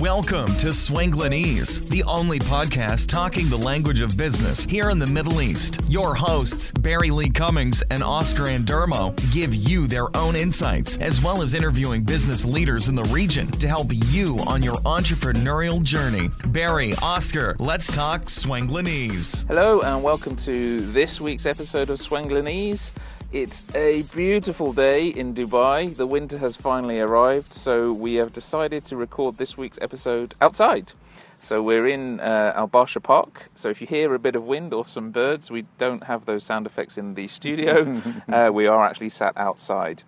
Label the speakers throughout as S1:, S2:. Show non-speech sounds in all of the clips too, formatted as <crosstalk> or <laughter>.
S1: Welcome to Swanglinese, the only podcast talking the language of business here in the Middle East. Your hosts, Barry Lee Cummings and Oscar Andermo, give you their own insights as well as interviewing business leaders in the region to help you on your entrepreneurial journey. Barry, Oscar, let's talk Swanglinese.
S2: Hello and welcome to this week's episode of Swanglinese. It's a beautiful day in Dubai. The winter has finally arrived, so we have decided to record this week's episode outside. So we're in uh, Al Basha Park. So if you hear a bit of wind or some birds, we don't have those sound effects in the studio. uh, we are actually sat outside.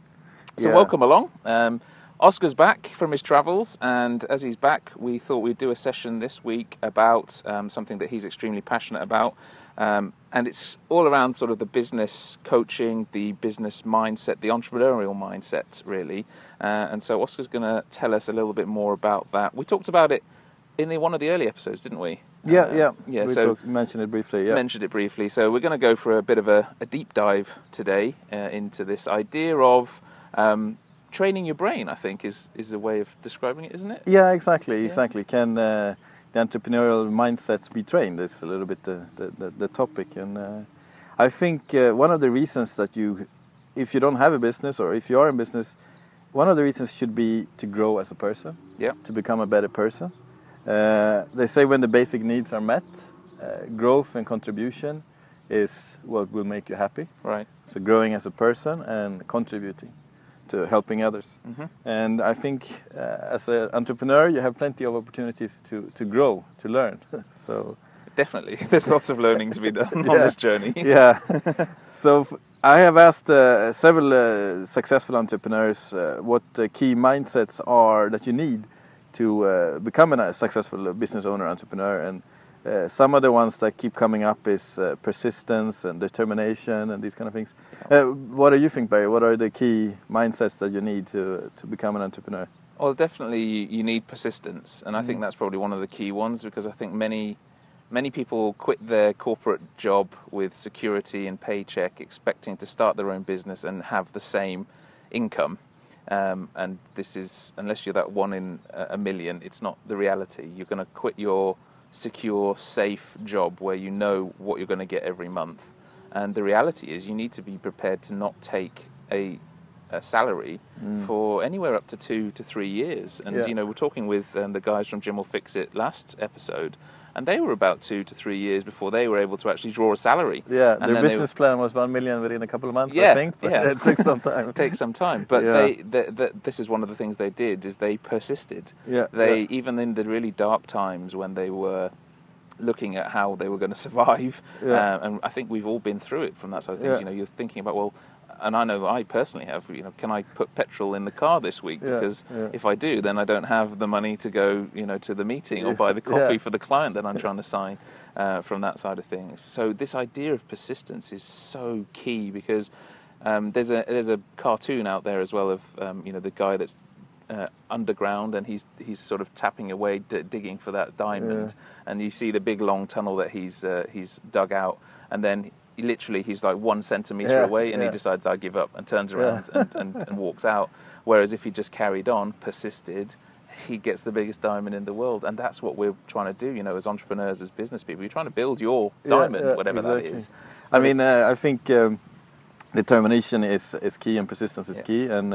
S2: So
S3: Yeah.
S2: welcome along. Um, Oscar's back from his travels, and as he's back, we thought we'd do a session this week about um, something that he's extremely passionate about, um, and it's all around sort of the business coaching, the business mindset, the entrepreneurial mindset, really. Uh, and so Oscar's going to tell us a little bit more about that. We talked about it in the, one of the early episodes, didn't we?
S3: Yeah,
S2: Uh,
S3: yeah.
S2: yeah.
S3: we
S2: so
S3: talked, mentioned it briefly. Yeah.
S2: mentioned it briefly. So we're going to go for a bit of a, a deep dive today uh, into this idea of um, training your brain. I think is is a way of describing it, isn't it?
S3: yeah, exactly, exactly. Can uh, the entrepreneurial mindsets be trained? It's a little bit the the, the, the topic, and uh, I think uh, one of the reasons that you, if you don't have a business or if you are in business, one of the reasons should be to grow as a person,
S2: Yeah.
S3: to become a better person. Uh, they say when the basic needs are met, uh, growth and contribution is what will make you happy.
S2: Right.
S3: So growing as a person and contributing to helping others. And I think uh, as an entrepreneur, you have plenty of opportunities to, to grow, to learn. <laughs> so
S2: Definitely. <laughs> There's lots of learning to be done
S3: <laughs>
S2: on
S3: Yeah.
S2: this journey.
S3: yeah. <laughs> so f- I have asked uh, several uh, successful entrepreneurs uh, what uh, key mindsets are that you need to uh, become a successful business owner entrepreneur and uh, some of the ones that keep coming up is uh, persistence and determination and these kind of things. Uh, what do you think, Barry? What are the key mindsets that you need to to become an entrepreneur?
S2: Well, definitely, you you need persistence, and I think that's probably one of the key ones because I think many, many people quit their corporate job with security and paycheck, expecting to start their own business and have the same income. Um, and this is, unless you're that one in a a million, it's not the reality. You're going to quit your secure, safe job where you know what you're going to get every month. And the reality is, you need to be prepared to not take a a salary for anywhere up to two to three years. And
S3: Mm. Yeah.
S2: you know, we're talking with um, the guys from Jim will fix it last episode, and they were about two to three years before they were able to actually draw a salary.
S3: Yeah,
S2: And then
S3: their
S2: they-
S3: business plan was one million within a couple of months,
S2: Yeah,
S3: I think, but
S2: yeah.
S3: it took some time. <laughs>
S2: it takes some time, but
S3: Yeah.
S2: they, th th this is one of the things they did is they persisted.
S3: Yeah,
S2: They
S3: yeah.
S2: even in the really dark times when they were looking at how they were going to <laughs> survive,
S3: Yeah.
S2: um, and I think we've all been through it from that side of things.
S3: Yeah.
S2: You know, you're thinking about well. And I know I personally have, you know, can I put petrol in the car this week?
S3: Yeah,
S2: because
S3: yeah.
S2: if I do, then I don't have the money to go, you know, to the meeting or
S3: Yeah,
S2: buy the
S3: <laughs> yeah.
S2: coffee for the client that I'm trying to sign uh, from that side of things. So this idea of persistence is so key because um, there's a there's a cartoon out there as well of um, you know the guy that's uh, underground and he's he's sort of tapping away d- digging for that diamond and you see the big long tunnel that he's uh, he's dug out and then literally he's like one centimeter
S3: Yeah,
S2: away and he
S3: yeah.
S2: decides I give up and turns around and, and, and walks out. Whereas if he just carried on, persisted, he gets the biggest diamond in the world. And that's what we're trying to do, you know, as entrepreneurs, as business people. You're trying to build your
S3: Yeah,
S2: diamond,
S3: yeah,
S2: whatever that
S3: exactly.
S2: is.
S3: I mean, uh, I think um, determination is, is key and persistence is
S2: Yeah.
S3: key. And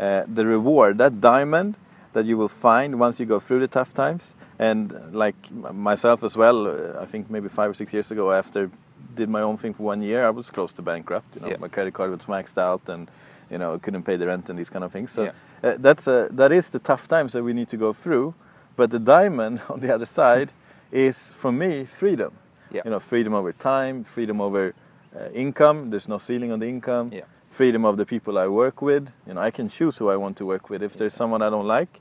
S3: uh, the reward, that diamond that you will find once you go through the tough times, and uh, like m- myself as well, uh, I think maybe five or six years ago, after did my own thing for one year, I was close to bankrupt. You know,
S2: Yeah.
S3: my credit card was maxed out, and you know, couldn't pay the rent and these kind of things. So
S2: Yeah.
S3: uh, that's a, that is the tough times that we need to go through. But the diamond <laughs> on the other side is, for me, freedom.
S2: Yeah.
S3: You know, freedom over time, freedom over uh, income. There's no ceiling on the income.
S2: Yeah.
S3: Freedom of the people I work with. You know, I can choose who I want to work with. If there's someone I don't like,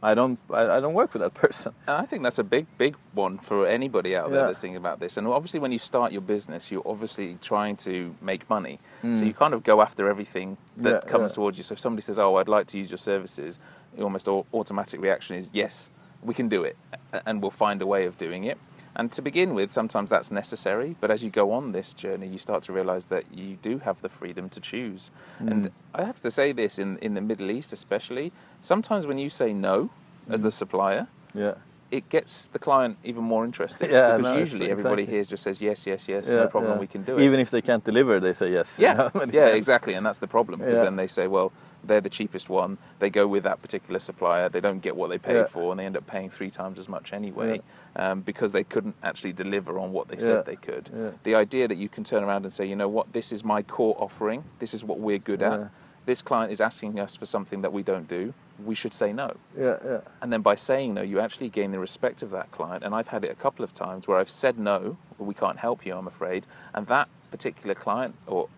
S3: I don't. I, I don't work with that <laughs> person.
S2: And I think that's a big, big one for anybody out there
S3: Yeah.
S2: that's thinking about this. And obviously, when you start your business, you're obviously trying to make money. So you kind of go after everything that
S3: Hmm. Yeah,
S2: comes
S3: yeah.
S2: towards you. So if somebody says, "Oh, I'd like to use your services," your almost au- automatic reaction is, "Yes, we can do it, a- and we'll find a way of doing it." And to begin with, sometimes that's necessary. But as you go on this journey, you start to realize that you do have the freedom to choose.
S3: Hmm.
S2: And I
S3: Hmm.
S2: have to say this in in the Middle East, especially, sometimes when you say no as the supplier
S3: Yeah.
S2: it gets the client even more interested
S3: <laughs> Yeah,
S2: because
S3: no, it's-
S2: usually everybody
S3: exactly.
S2: here just says yes, yes, yes,
S3: yeah,
S2: no problem,
S3: yeah.
S2: we can do it.
S3: Even if they can't deliver, they say yes. you <laughs>
S2: yeah,
S3: know, many
S2: yeah,
S3: times.
S2: exactly, and that's the problem because
S3: Yeah.
S2: then they say, well, they're the cheapest one. They go with that particular supplier. They don't get what they paid
S3: Yeah.
S2: for, and they end up paying three times as much anyway um, because they couldn't actually deliver on what they
S3: Yeah.
S2: said they could.
S3: Yeah.
S2: The idea that you can turn around and say, you know what, this is my core offering. This is what we're good
S3: Yeah.
S2: at. This client is asking us for something that we don't do. We should say no.
S3: Yeah, yeah,
S2: And then by saying no, you actually gain the respect of that client. And I've had it a couple of times where I've said no, we can't help you, I'm afraid. And that particular client or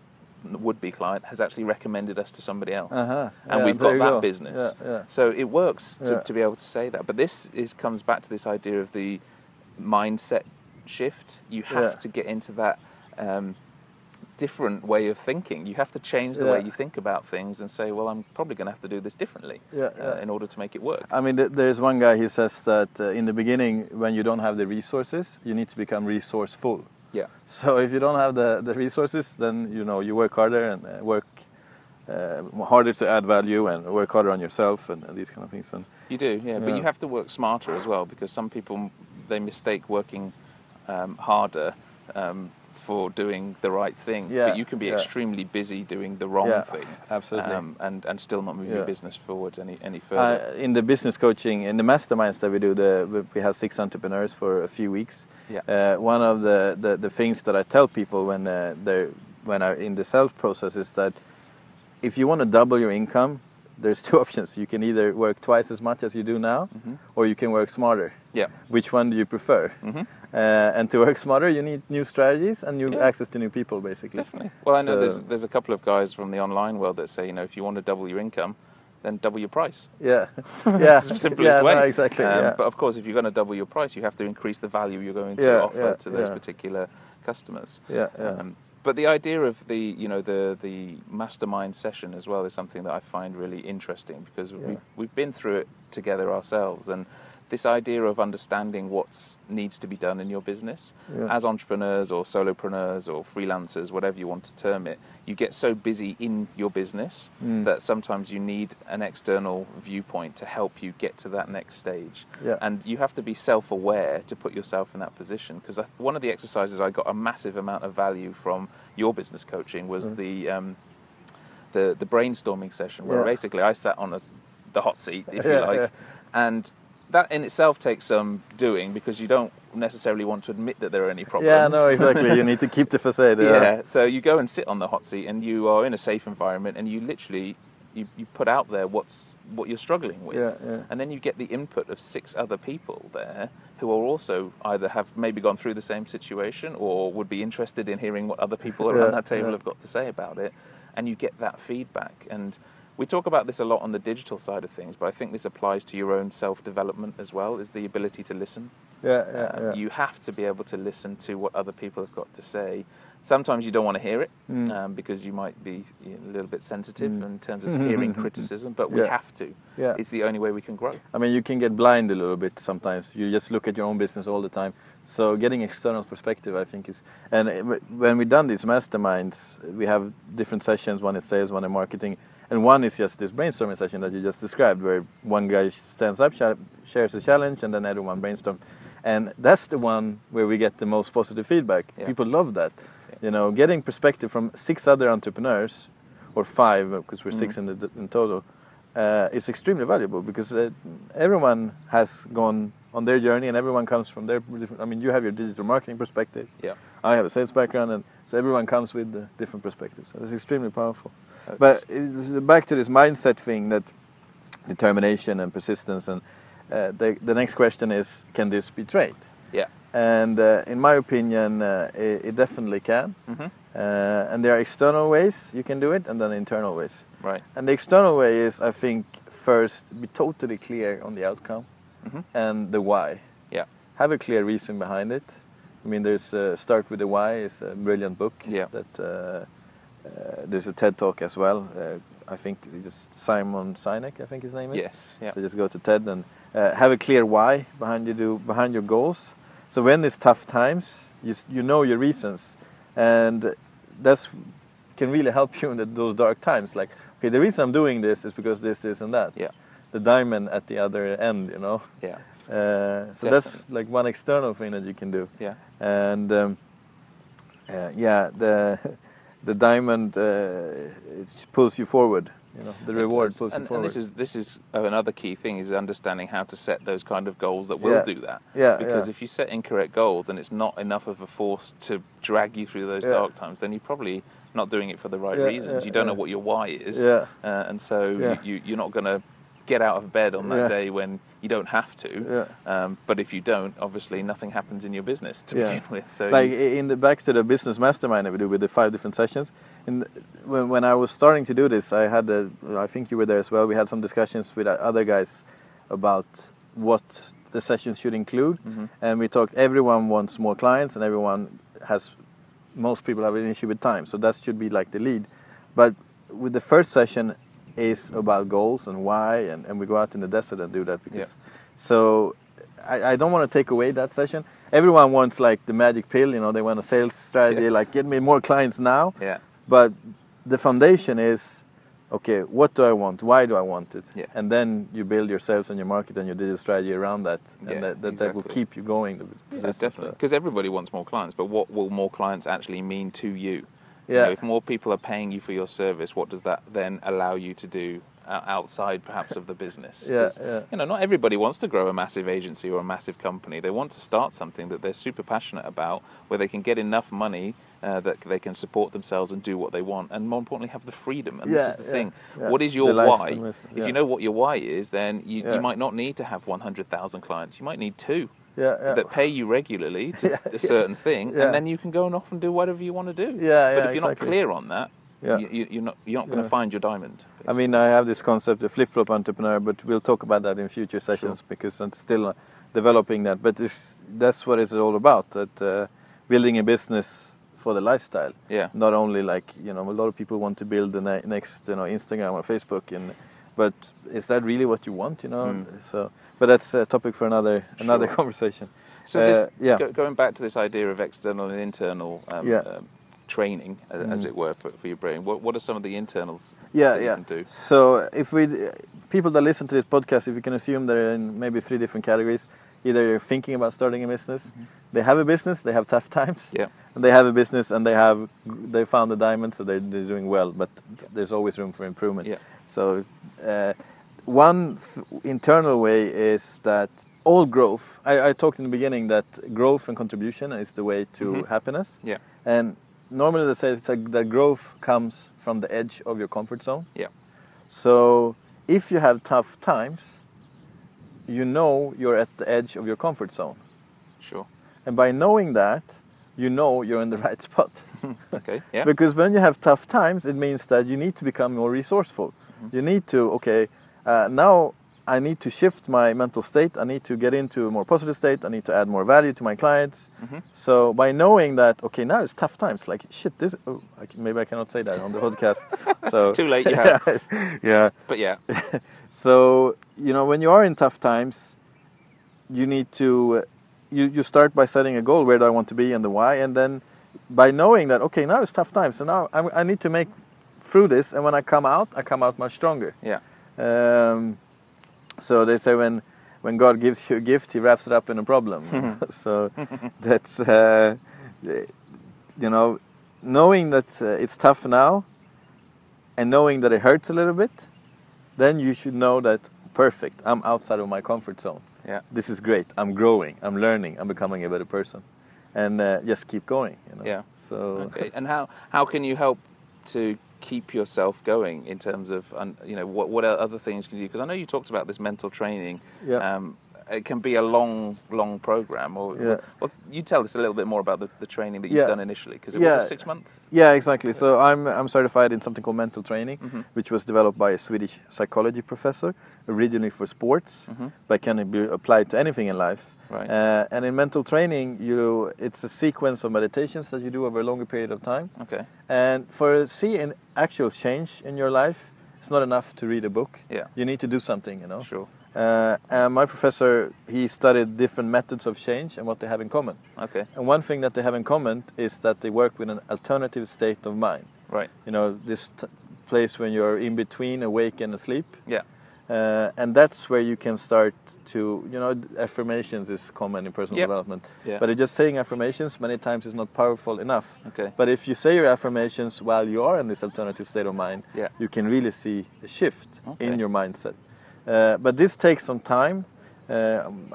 S2: would be client has actually recommended us to somebody else.
S3: Uh-huh.
S2: And
S3: Yeah,
S2: we've
S3: there
S2: got
S3: you
S2: that
S3: go.
S2: business.
S3: Yeah, yeah.
S2: So it works to,
S3: Yeah.
S2: to be able to say that. But this is, comes back to this idea of the mindset shift. You have
S3: Yeah.
S2: to get into that. Um, different way of thinking you have to change the
S3: Yeah.
S2: way you think about things and say well i'm probably going to have to do this differently
S3: Yeah,
S2: Uh,
S3: yeah.
S2: in order to make it work
S3: I mean, th- there's one guy. He says that uh, in the beginning, when you don't have the resources, you need to become resourceful. <laughs>
S2: yeah
S3: So if you don't have the, the resources, then you know you work harder and uh, work uh, harder to add value and work harder on yourself and, and these kind of things. And
S2: You do, yeah, but
S3: Yeah.
S2: you have to work smarter as well because some people they mistake working um, harder um, for doing the right thing.
S3: Yeah,
S2: But you can be
S3: yeah.
S2: extremely busy doing the wrong
S3: Yeah,
S2: thing, um,
S3: absolutely.
S2: and and still not move
S3: Yeah.
S2: your business forward any any further.
S3: uh, in the business coaching, in the masterminds that we do, the, we- we have six entrepreneurs for a few weeks.
S2: Yeah.
S3: Uh, one of the, the, the things that I tell people when uh, they're when I in the sales process is that if you want to double your income, there's <laughs> two options. You can either work twice as much as you do now, or you can work smarter.
S2: Mm-hmm. Yeah. Mm-hmm.
S3: Which one do you prefer? Uh, and to work smarter, you need new strategies and new
S2: Yeah.
S3: access to new people, basically.
S2: Definitely. Well, I know there's
S3: So-
S2: there's a couple of guys from the online world that say you know if you want to double your income, then double your price. <laughs>
S3: Yeah. Yeah. <laughs>
S2: It's the simplest
S3: yeah,
S2: way.
S3: no, exactly.
S2: Um,
S3: yeah.
S2: But of course, if you're going to double your price, you have to increase the value you're going to
S3: Yeah,
S2: offer
S3: yeah,
S2: to those
S3: yeah.
S2: particular customers.
S3: Yeah, yeah.
S2: Um, but the idea of the you know the the mastermind session as well is something that I find really interesting because we've we've been through it together ourselves and. This idea of understanding what needs to be done in your business,
S3: Yeah.
S2: as entrepreneurs or solopreneurs or freelancers, whatever you want to term it, you get so busy in your business
S3: Mm.
S2: that sometimes you need an external viewpoint to help you get to that next stage.
S3: Yeah.
S2: And you have to be self aware to put yourself in that position. Because one of the exercises I got a massive amount of value from your business coaching was
S3: Mm.
S2: the. Um, the, the brainstorming session where
S3: Yeah.
S2: basically I sat on a, the hot seat, if you
S3: Yeah,
S2: like,
S3: yeah.
S2: and that in itself takes some doing because you don't necessarily want to admit that there are any problems.
S3: Yeah,
S2: <laughs>
S3: no, exactly. you need to keep the facade.
S2: yeah.
S3: Yeah.
S2: So you go and sit on the hot seat, and you are in a safe environment, and you literally you, you put out there what's what you're struggling with,
S3: Yeah, yeah.
S2: and then you get the input of six other people there who are also either have maybe gone through the same situation or would be interested in hearing what other people around
S3: Yeah,
S2: that table
S3: yeah.
S2: have got to say about it, and you get that feedback and. We talk about this a lot on the digital side of things, but I think this applies to your own self development as well, is the ability to listen.
S3: Yeah, yeah,
S2: Um,
S3: yeah.
S2: You have to be able to listen to what other people have got to say. Sometimes you don't want to hear it
S3: Mm.
S2: um, because you might be you know, a little bit sensitive in terms
S3: <laughs>
S2: of hearing criticism, but we
S3: Yeah.
S2: have to.
S3: Yeah.
S2: It's the only way we can grow.
S3: I mean, you can get blind a little bit sometimes. You just look at your own business all the time. So getting external perspective, I think, is and uh, wh- when we done these masterminds, we have different sessions. One is sales, one is marketing, and one is just this brainstorming session that you just described, where one guy stands up, sha- shares a challenge, and then everyone brainstorms. And that's the one where we get the most positive feedback.
S2: Yeah.
S3: People love that. You know, getting perspective from six other entrepreneurs, or five because we're six in, the, in total, uh, is extremely valuable because uh, everyone has gone on their journey and everyone comes from their different. I mean, you have your digital marketing perspective.
S2: Yeah.
S3: I have a sales background, and so everyone comes with uh, different perspectives. So that's extremely powerful.
S2: That's-
S3: But it's uh, back to this mindset thing that determination and persistence, and uh, the, the next question is, can this be trained?
S2: Yeah.
S3: and uh, in my opinion, uh, it, it definitely can.
S2: Mhm.
S3: Uh, and there are external ways you can do it, and then internal ways.
S2: Right.
S3: And the external way is, I think, first be totally clear on the outcome
S2: Mhm.
S3: and the why.
S2: Yeah.
S3: Have a clear reason behind it. I mean, there's uh, Start with the Why is a brilliant book.
S2: Yeah.
S3: That uh, uh, there's a TED talk as well. Uh, I think just Simon Sinek, I think his name is.
S2: Yes. Yeah.
S3: So just go to TED and uh, have a clear why behind you do behind your goals. So when it's tough times, you s- you know your reasons, and that's can really help you in the, those dark times. Like okay, the reason I'm doing this is because this, this, and that.
S2: Yeah.
S3: the diamond at the other end, you know.
S2: Yeah.
S3: Uh, so that's like one external thing that you can do.
S2: Yeah.
S3: And um, uh, yeah, the <laughs> the diamond uh, it pulls you forward. You know, the reward
S2: and,
S3: pulls you
S2: and
S3: forward.
S2: this is this is uh, another key thing is understanding how to set those kind of goals that will
S3: Yeah.
S2: do that.
S3: Yeah,
S2: Because
S3: yeah.
S2: if you set incorrect goals and it's not enough of a force to drag you through those
S3: Yeah.
S2: dark times, then you're probably not doing it for the right
S3: Yeah,
S2: reasons.
S3: yeah,
S2: you don't know
S3: yeah.
S2: what your why is,
S3: Yeah.
S2: uh, and so
S3: Yeah.
S2: you, you, you're not going to get out of bed on that
S3: Yeah.
S2: day when you don't have to. Um, but if you don't, obviously nothing happens in your business to
S3: Yeah.
S2: begin with. So
S3: like
S2: you-
S3: i- in the back to the business mastermind that we do with the five different sessions and when, when i was starting to do this i had a, i think you were there as well we had some discussions with o- other guys about what the sessions should include
S2: Mm-hmm.
S3: and we talked everyone wants more clients and everyone has most people have an issue with time so that should be like the lead but with the first session is about goals and why and, and we go out in the desert and do that because so I, I don't want to take away that session. Everyone wants like the magic pill, you know, they want a sales strategy,
S2: Yeah.
S3: like get me more clients now.
S2: yeah,
S3: But the foundation is okay, what do I want? Why do I want it?
S2: Yeah.
S3: And then you build your sales and your market and your digital strategy around that. And
S2: Yeah,
S3: that, that, that will
S2: exactly.
S3: keep you going. the
S2: Yeah,
S3: business.
S2: definitely. Because everybody wants more clients, but what will more clients actually mean to you? You
S3: Yeah.
S2: know, if more people are paying you for your service, what does that then allow you to do o- outside, perhaps, of the business?
S3: <laughs> Yeah,
S2: 'Cause,
S3: yeah.
S2: You know, not everybody wants to grow a massive agency or a massive company. They want to start something that they're super passionate about, where they can get enough money uh, that they can support themselves and do what they want, and more importantly, have the freedom. And
S3: Yeah,
S2: this is the
S3: yeah,
S2: thing:
S3: yeah.
S2: what is
S3: The
S2: your
S3: license,
S2: why?
S3: license,
S2: If
S3: yeah.
S2: you know what your why is, then you,
S3: Yeah.
S2: you might not need to have 100,000 clients. You might need two
S3: Yeah, yeah.
S2: that pay you regularly
S3: <laughs>
S2: to a certain thing,
S3: yeah.
S2: and then you can go and off and do whatever you want to do.
S3: Yeah,
S2: But
S3: yeah,
S2: if you're
S3: exactly.
S2: not clear on that,
S3: Yeah.
S2: you, you- you're not you're not going
S3: Yeah.
S2: to find your diamond.
S3: I mean, I have this concept, the flip-flop entrepreneur, but we'll talk about that in future sessions because I'm still uh, developing that. But it's, that's what it's all about: that uh, building a business for the lifestyle.
S2: Yeah.
S3: Not only like you know, a lot of people want to build the ne- next, you know, Instagram or Facebook, and but is that really what you want? You know. So, but that's a topic for another another
S2: Hmm. Sure.
S3: conversation.
S2: So
S3: Uh,
S2: this,
S3: yeah.
S2: go, going back to this idea of external and internal um,
S3: Yeah. Mm.
S2: um, training, a- as it were, for, for your brain. What, what are some of the internals
S3: yeah,
S2: that
S3: yeah.
S2: you can do?
S3: So if we, people that listen to this podcast, if you can assume they're in maybe three different categories, either you're thinking about starting a business, they have a business, they have tough times,
S2: Mm-hmm. Yeah.
S3: and they have a business and they have they found the diamond, so they're, they're doing well, but there's always room for improvement.
S2: Yeah.
S3: So uh, one th- internal way is that all growth. I, I talked in the beginning that growth and contribution is the way to
S2: Mm-hmm.
S3: happiness.
S2: Yeah.
S3: And normally they say it's like that growth comes from the edge of your comfort zone.
S2: Yeah.
S3: So if you have tough times, you know you're at the edge of your comfort zone. <laughs>
S2: Sure.
S3: And by knowing that, you know you're in the <laughs> right spot.
S2: Okay. Yeah.
S3: Because when you have tough times, it means that you need to become more resourceful.
S2: Mm-hmm.
S3: You need to, okay, uh, now I need to shift my mental state. I need to get into a more positive state. I need to add more value to my clients.
S2: Mm-hmm.
S3: So by knowing that, okay, now it's tough times. Like shit, this oh, I, c- maybe I cannot say that on the <laughs> podcast. So
S2: Too
S3: <laughs>
S2: late. You have.
S3: yeah.
S2: But yeah.
S3: So you know when you are in tough times, you need to uh, you, you start by setting a goal. Where do I want to be and the why, and then by knowing that okay now it's tough times, so now I, I need to make through this, and when I come out, I come out much stronger.
S2: Yeah.
S3: Um, so they say when when God gives you a gift, He wraps it up in a
S2: <laughs>
S3: problem. <laughs> so that's uh, you know knowing that uh, it's tough now, and knowing that it hurts a little bit, then you should know that perfect. I'm outside of my comfort zone.
S2: Yeah.
S3: This is great. I'm growing. I'm learning. I'm becoming a better person, and uh, just keep going. You know?
S2: Yeah.
S3: So
S2: Okay.
S3: <laughs>
S2: And how how can you help to keep yourself going in terms of um, you know what what other things can you do? Because I know you talked about this mental training.
S3: Yeah.
S2: Um, it can be a long, long program. Or,
S3: Yeah.
S2: well, you tell us a little bit more about the, the training that you've
S3: Yeah.
S2: done initially, because it was
S3: Yeah.
S2: a six month.
S3: Yeah, exactly. So I'm I'm certified in something called mental training,
S2: Mm-hmm.
S3: which was developed by a Swedish psychology professor, originally for sports, but can be applied to anything in life.
S2: Mm-hmm. Right.
S3: Uh, and in mental training, you it's a sequence of meditations that you do over a longer period of time.
S2: Okay.
S3: And for see an actual change in your life, it's not enough to read a book.
S2: Yeah.
S3: You need to do something. You know.
S2: Sure.
S3: Uh, and my professor he studied different methods of change and what they have in common.
S2: Okay.
S3: And one thing that they have in common is that they work with an alternative state of mind.
S2: Right.
S3: You know, this t- place when you're in between awake and asleep.
S2: Yeah.
S3: uh, and that's where you can start to you know affirmations is common in personal
S2: Yep.
S3: development
S2: Yeah.
S3: but just saying affirmations many times is not powerful enough
S2: Okay.
S3: but if you say your affirmations while you are in this alternative state of mind
S2: Yeah.
S3: you can really see a shift
S2: Okay.
S3: in your mindset uh, but this takes some time uh,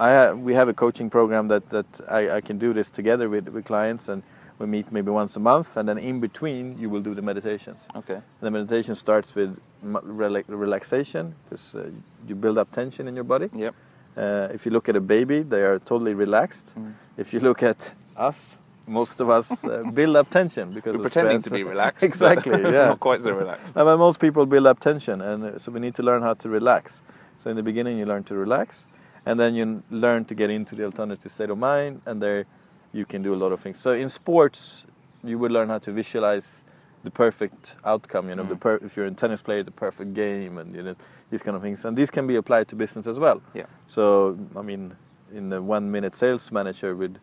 S3: I, ha- we have a coaching program that, that I, I can do this together with, with clients and we meet maybe once a month and then in between you will do the meditations
S2: Okay.
S3: the meditation starts with m- rela- relaxation because uh, you build up tension in your body.
S2: Yep.
S3: Uh, if you look at a baby, they are totally relaxed.
S2: Mm.
S3: If you look at us, most of us uh, build up tension because
S2: We're
S3: of
S2: pretending to
S3: stress.
S2: be
S3: <laughs>
S2: relaxed. but <laughs>
S3: exactly. Yeah.
S2: Not quite so relaxed.
S3: Uh, but most people build up tension, and uh, so we need to learn how to relax. So in the beginning, you learn to relax, and then you n- learn to get into the alternative state of mind, and there you can do a lot of things. So in sports, you would learn how to visualize the perfect outcome. You know, the per- if you're a tennis player, the perfect game, and you know, these kind of things. And these can be applied to business as well.
S2: Yeah.
S3: So I mean, in the one-minute sales manager would.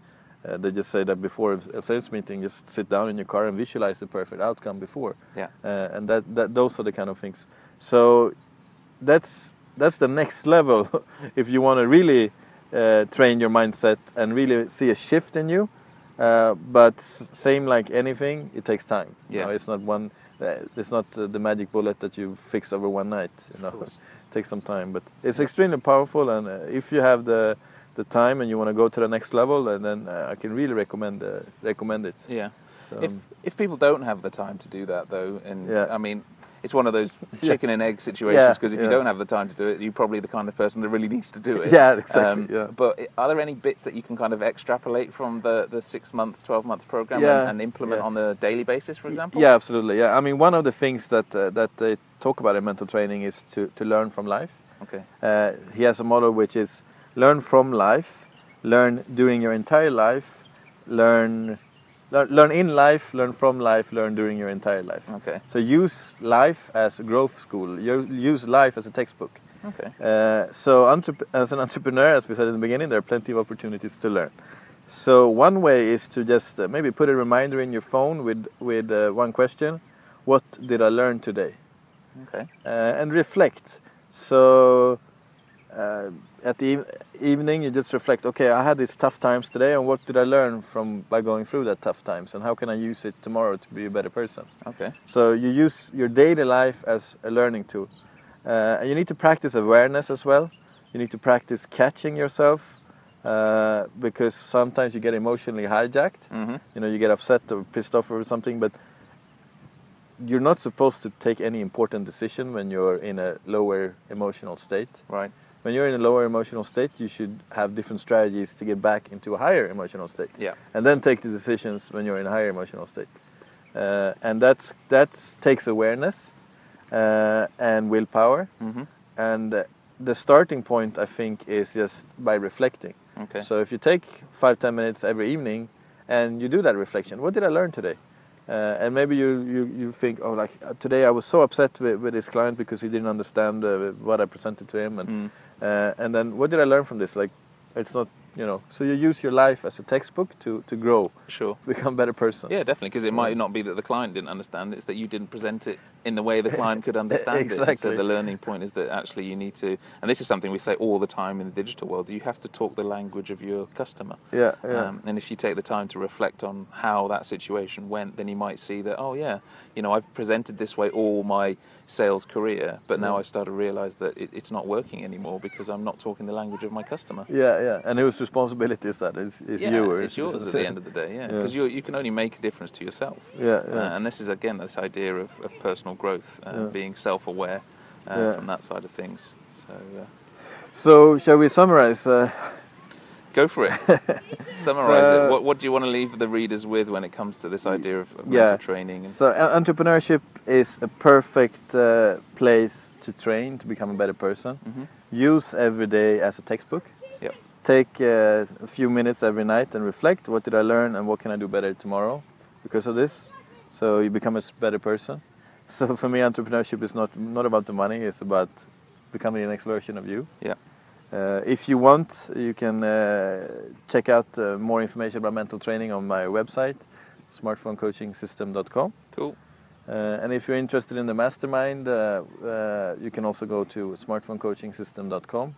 S3: Uh, they just say that before a sales meeting, just sit down in your car and visualize the perfect outcome before
S2: Yeah.
S3: uh, and that, that those are the kind of things. So that's that's the next level <laughs> if you want to really uh, train your mindset and really see a shift in you. Uh, but s- same like anything, it takes time. You
S2: Yeah.
S3: know, it's not one. Uh, it's not uh, the magic bullet that you fix over one night. You know,
S2: course.
S3: it <laughs> takes some time, but it's extremely powerful. And uh, if you have the the time and you want to go to the next level, and then uh, I can really recommend uh, recommend it.
S2: Yeah.
S3: So,
S2: if if people don't have the time to do that though, and
S3: Um, Yeah.
S2: I mean, it's one of those
S3: <laughs> Yeah.
S2: chicken and egg situations
S3: Yeah,
S2: because if you
S3: yeah.
S2: don't have the time to do it, you're probably the kind of person that really needs to do it.
S3: <laughs>
S2: Um,
S3: Yeah, exactly, yeah.
S2: But i- are there any bits that you can kind of extrapolate from the, the six month, twelve month program
S3: Yeah,
S2: and, and implement
S3: yeah.
S2: on a daily basis, for example?
S3: Yeah, absolutely. Yeah, I mean, one of the things that uh, that they talk about in mental training is to to learn from life.
S2: Okay.
S3: Uh, he has a model which is learn from life, learn during your entire life, learn learn, learn in life, learn from life, learn during your entire life.
S2: Okay.
S3: So use life as a growth school. You use life as a textbook.
S2: Okay.
S3: Uh, so entrep- as an entrepreneur, as we said in the beginning, there are plenty of opportunities to learn. So one way is to just uh, maybe put a reminder in your phone with with uh, one question: What did I learn today?
S2: Okay.
S3: uh, and reflect. So uh, at the eve- evening, you just reflect. Okay, I had these tough times today, and what did I learn from by going through that tough times, and how can I use it tomorrow to be a better person?
S2: Okay.
S3: So you use your daily life as a learning tool, uh, and you need to practice awareness as well. You need to practice catching yourself uh, because sometimes you get emotionally hijacked.
S2: Mm-hmm.
S3: You know, you get upset or pissed off or something, but you're not supposed to take any important decision when you're in a lower emotional state.
S2: Right.
S3: When you're in a lower emotional state, you should have different strategies to get back into a higher emotional state
S2: Yeah.
S3: and then take the decisions when you're in a higher emotional state. Uh, and that's that takes awareness uh, and willpower.
S2: Mm-hmm.
S3: And uh, the starting point, I think, is just by reflecting.
S2: Okay.
S3: So if you take five ten minutes every evening and you do that reflection, what did I learn today? Uh, and maybe you, you, you think, oh, like uh, today I was so upset with, with this client because he didn't understand uh, what I presented to him, and
S2: Mm.
S3: uh, and then what did I learn from this? Like, it's not you know. So you use your life as a textbook to to grow, <laughs>
S2: Sure.
S3: become a better person.
S2: Yeah, definitely, because it might not be that the client didn't understand; it's that you didn't present it in the way
S3: <laughs>
S2: the client could understand it. So
S3: Exactly.
S2: the learning point is that actually you need to, and this is something we say all the time in the digital world: you have to talk the language of your customer.
S3: yeah, yeah.
S2: Um, and if you take the time to reflect on how that situation went, then you might see that, oh yeah, you know, I've presented this way all my sales career, but now
S3: Yeah.
S2: I start to realise that it, it's not working anymore because I'm not talking the language of my customer.
S3: yeah, yeah. And whose responsibility is that? It's, it's
S2: Yeah,
S3: you or
S2: it's yours
S3: <laughs>
S2: at the end of the day, yeah.
S3: Yeah.
S2: Because you you can only make a difference to yourself.
S3: Yeah,
S2: Uh,
S3: yeah.
S2: and this is again this idea of, of personal growth, uh,
S3: Yeah.
S2: being self-aware uh,
S3: Yeah.
S2: from that side of things. So uh,
S3: So shall we summarize? Uh,
S2: go for
S3: <laughs>
S2: it. Summarise
S3: So-
S2: it. What, what do you want to leave the readers with when it comes to this idea of, of
S3: Yeah.
S2: mental training? And,
S3: So en- entrepreneurship is a perfect uh, place to train to become a better person.
S2: Mhm.
S3: Use every day as a textbook.
S2: Yep.
S3: Take uh, a few minutes every night and reflect. What did I learn and what can I do better tomorrow because of this? So you become a s- better person. <laughs> So for me, entrepreneurship is not not about the money. It's about becoming the next version of you.
S2: Yeah.
S3: Uh, if you want, you can uh, check out uh, more information about mental training on my website, smartphonecoachingsystem.com.
S2: Cool.
S3: Uh, and if you're interested in the mastermind, uh, uh, you can also go to smartphonecoachingsystem.com.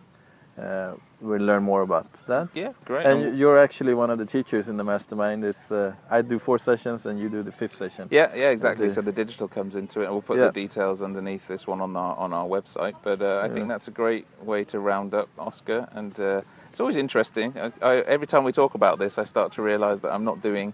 S3: Uh, we'll learn more about that.
S2: Yeah, great.
S3: And you- you're actually one of the teachers in the mastermind. It's, uh, I do four sessions and you do the fifth session.
S2: yeah, yeah, exactly.
S3: the-
S2: So the digital comes into it, and we'll put
S3: Yeah.
S2: the details underneath this one on our on our website. But uh, I think
S3: Yeah.
S2: that's a great way to round up Oscar, and uh, it's always interesting. I, I, every time we talk about this, I start to realise that I'm not doing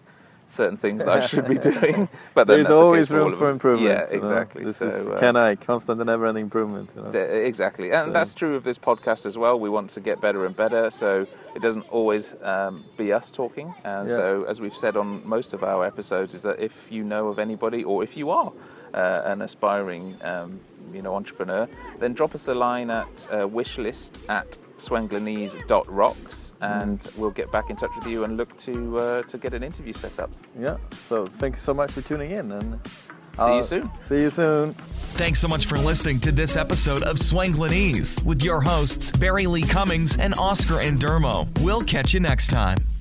S2: certain things that I should be
S3: <laughs>
S2: doing. But then
S3: There's
S2: that's the case
S3: always
S2: all
S3: room
S2: of
S3: for
S2: us.
S3: improvement.
S2: Yeah,
S3: you know.
S2: exactly.
S3: This
S2: so,
S3: is
S2: uh,
S3: can I constant and never-ending improvement. you know.
S2: Yeah, Exactly, and
S3: So-
S2: that's true of this podcast as well. We want to get better and better, so it doesn't always um, be us talking. And
S3: Yeah.
S2: so, as we've said on most of our episodes, is that if you know of anybody, or if you are uh, an aspiring, um, you know, entrepreneur, then drop us a line at uh, wishlist at swenglanese.rocks
S3: Mm-hmm.
S2: and we'll get back in touch with you and look to uh, to get an interview set up.
S3: Yeah. So thank you so much for tuning in, and
S2: See you soon.
S3: See you soon.
S1: Thanks so much for listening to this episode of Swanglinese with your hosts, Barry Lee Cummings and Oscar Andermo. We'll catch you next time.